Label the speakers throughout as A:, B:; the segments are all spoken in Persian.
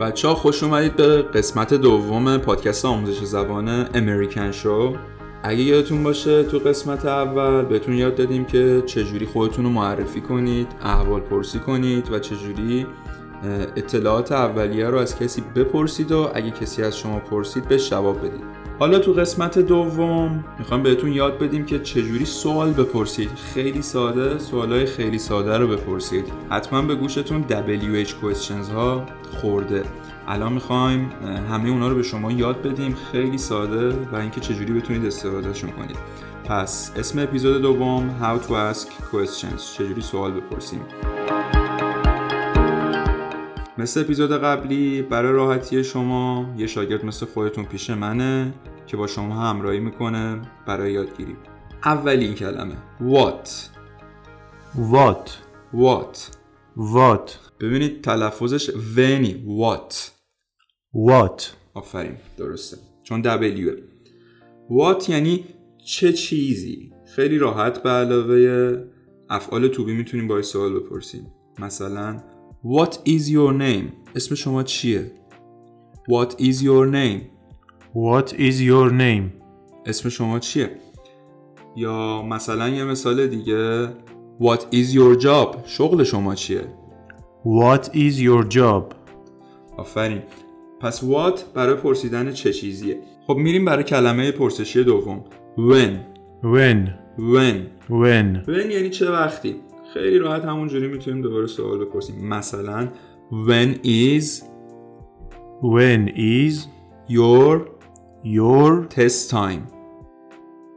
A: بچه ها خوش اومدید به قسمت دوم پادکست آموزش زبان امریکن شو اگه یادتون باشه تو قسمت اول بهتون یاد دادیم که چجوری خودتون رو معرفی کنید احوال پرسی کنید و چجوری اطلاعات اولیه رو از کسی بپرسید و اگه کسی از شما پرسید به جواب بدید حالا تو قسمت دوم میخوام بهتون یاد بدیم که چجوری سوال بپرسید خیلی ساده سوالای خیلی ساده رو بپرسید حتما به گوشتون WH questions ها خورده الان میخوایم همه اونا رو به شما یاد بدیم خیلی ساده و اینکه چجوری بتونید استفادهشون کنید پس اسم اپیزود دوم How to ask questions چجوری سوال بپرسیم مثل اپیزود قبلی برای راحتی شما یه شاگرد مثل خودتون پیش منه که با شما همراهی میکنه برای یادگیری اولین کلمه what
B: what
A: what
B: what
A: ببینید تلفظش ونی what
B: what
A: آفرین درسته چون دبلیوه what یعنی چه چیزی خیلی راحت به علاوه افعال توبی میتونیم باید سوال بپرسیم مثلا What is your name? اسم شما چیه؟ What is your name?
B: what is your name
A: اسم شما چیه؟ یا مثلا یه مثال دیگه What is your job? شغل شما چیه؟
B: what is your job
A: آفرین پس what برای پرسیدن چه چیزیه خب میریم برای کلمه پرسشی دوم When
B: when
A: When
B: when
A: When یعنی چه وقتی؟ خیلی راحت همونجوری میتونیم دوباره سوال بپرسیم مثلا When is
B: when is
A: your
B: your
A: test time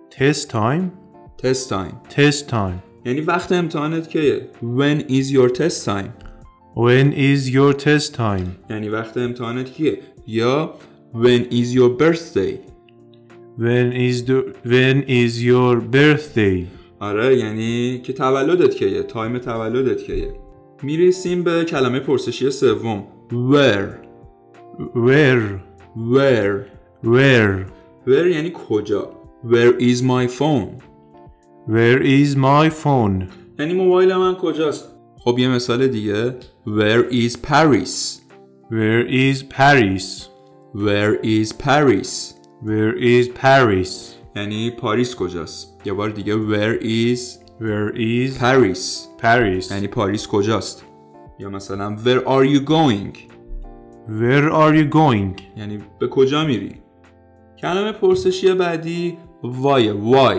B: test time
A: test time
B: test time
A: یعنی وقت امتحانت کیه when is your test time
B: when is your test time
A: یعنی وقت امتحانت کیه یا when is your birthday
B: when is the when is your birthday
A: آره یعنی که تولدت کیه تایم تولدت کیه میرسیم به کلمه پرسشی سوم where
B: where
A: where
B: where
A: where یعنی کجا where is my phone
B: where is my phone
A: یعنی موبایل من کجاست خب یه مثال دیگه where is Paris
B: where is paris
A: where is Paris
B: where is paris
A: یعنی پاریس کجاست یه بار دیگه where is
B: where is
A: Paris
B: paris
A: یعنی پاریس کجاست یا مثلا where are you going
B: where are you going
A: یعنی به کجا میری کلمه پرسشی بعدی why why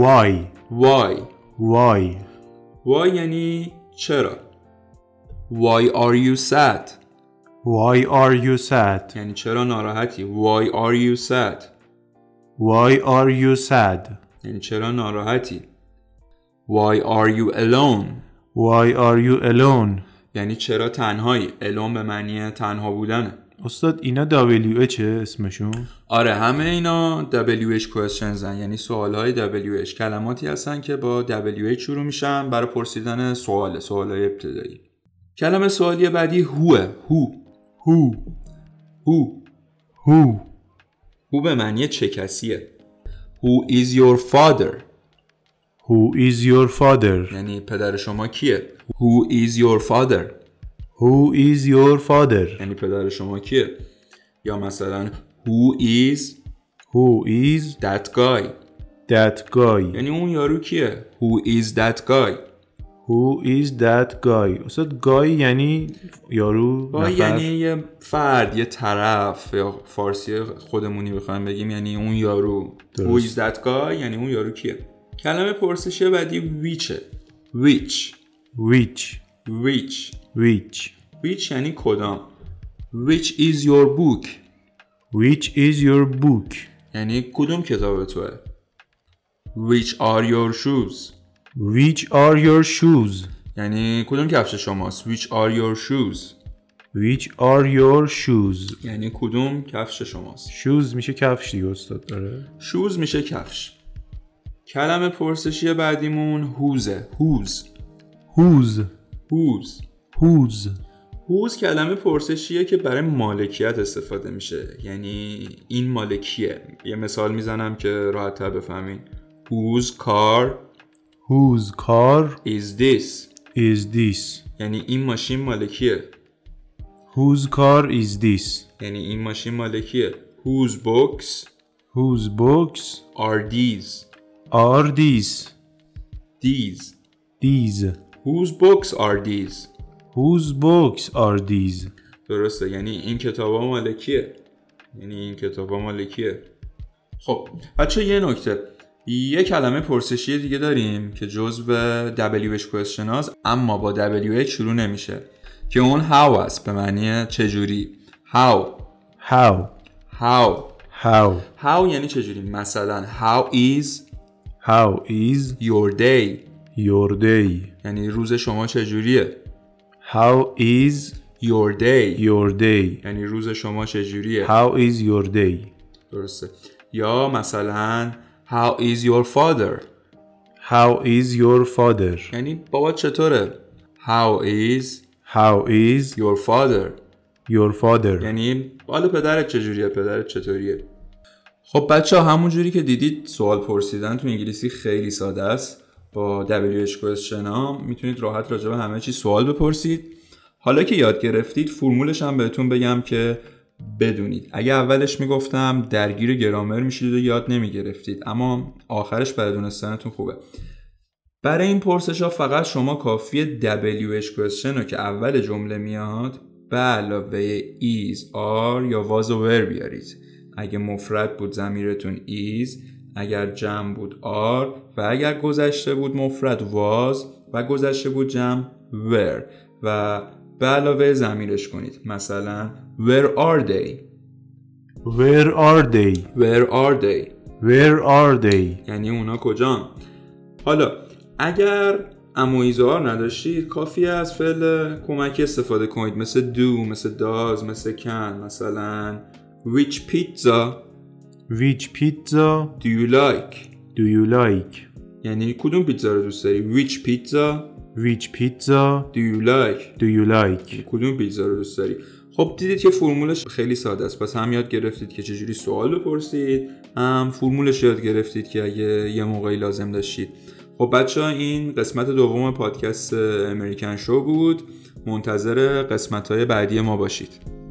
B: why
A: why
B: Why?
A: why یعنی چرا why are you sad
B: Why are you sad?
A: یعنی چرا ناراحتی why are you sad
B: Why are you sad?
A: یعنی چرا ناراحتی why are you alone
B: Why are you alone?
A: یعنی چرا تنهایی alone به معنی تنها بودنه
B: استاد اینا WH اسمشون؟
A: آره همه اینا WH questions هن. یعنی سوال های WH کلماتی هستن که با WH شروع میشن برای پرسیدن سوال سوال های ابتدایی کلمه سوالی بعدی هوه هو
B: Who?
A: هو
B: Who?
A: هو به معنی چه کسیه Who is your father
B: Who is your father?
A: یعنی پدر شما کیه Who is your father
B: Who is your father?
A: یعنی پدر شما کیه یا مثلا Who is
B: Who is
A: that guy
B: that guy?
A: یعنی اون یارو کیه Who is that guy
B: Who is that guy? استاد guy یعنی یارو
A: با
B: نفر
A: یعنی یه فرد یه طرف یا فارسی خودمونی بخوایم بگیم یعنی اون یارو Who is that guy یعنی اون یارو کیه کلمه پرسشی بعدی ویچه ویچ
B: which
A: ویچ
B: which
A: ویچ یعنی کدام Which is your book
B: which is your book?
A: یعنی کدوم کتاب توه Which are your shoes
B: Which are your shoes?
A: یعنی کدوم کفش شماست Which are your shoes
B: Which are your shoes?
A: یعنی کدوم کفش شماست
B: شوز میشه کفش دیگه استاد آره. داره
A: شوز میشه کفش کلمه پرسشی بعدیمون هوزه هوز
B: هوز
A: هوز
B: هوز
A: هوز کلمه پرسشیه که برای مالکیت استفاده میشه یعنی این مالکیه یه مثال میزنم که راحت تر بفهمین Whose car
B: هوز کار
A: is this
B: is this
A: یعنی این ماشین مالکیه
B: Whose car is this?
A: یعنی این ماشین مال کیه whose books
B: Whose books
A: are these
B: are these?
A: these
B: These.
A: whose books are these
B: Whose books are these?
A: درسته یعنی این کتابا مال کیه یعنی این کتابا مال کیه خب بچه یه نکته یه کلمه پرسشی دیگه داریم که جزو WH question هاست اما با WH شروع نمیشه که اون how است به معنی چجوری how
B: How?
A: how
B: How?
A: how یعنی چجوری مثلا how is
B: How is
A: your day
B: your day?
A: یعنی روز شما چجوریه
B: How is
A: your day
B: your day?
A: یعنی روز شما چجوریه
B: How is your day?
A: درسته یا مثلا how is your father
B: How is your father?
A: یعنی بابا چطوره how is
B: How is
A: your father
B: your father?
A: یعنی حال پدرت چجوریه پدرت چطوریه خب بچه ها همون جوری که دیدید سوال پرسیدن تو انگلیسی خیلی ساده است با WH question ها میتونید راحت راجع به همه چی سوال بپرسید حالا که یاد گرفتید فرمولش هم بهتون بگم که بدونید اگه اولش میگفتم درگیر گرامر میشید و یاد نمیگرفتید اما آخرش برای دونستنتون خوبه برای این پرسش ها فقط شما کافی WH question رو که اول جمله میاد به علاوه is, are یا was و were بیارید اگه مفرد بود زمیرتون is اگر جمع بود are و اگر گذشته بود مفرد was و گذشته بود جمع were و به علاوه زمیرش کنید مثلا where are they
B: Where are they?
A: where are they
B: Where are they?
A: یعنی اونا کجان حالا اگر امویزار نداشتید کافی از فعل کمکی استفاده کنید مثل do مثل does مثل can مثلا which pizza
B: Which pizza
A: do you like
B: do you like?
A: یعنی کدوم پیتزا رو دوست داری which pizza
B: Which pizza
A: do you like
B: do you like?
A: کدوم پیتزا رو دوست داری خب دیدید که فرمولش خیلی ساده است پس هم یاد گرفتید که چجوری سوال بپرسید هم فرمولش یاد گرفتید که اگه یه موقعی لازم داشتید خب بچه این قسمت دوم پادکست امریکن شو بود منتظر قسمت های بعدی ما باشید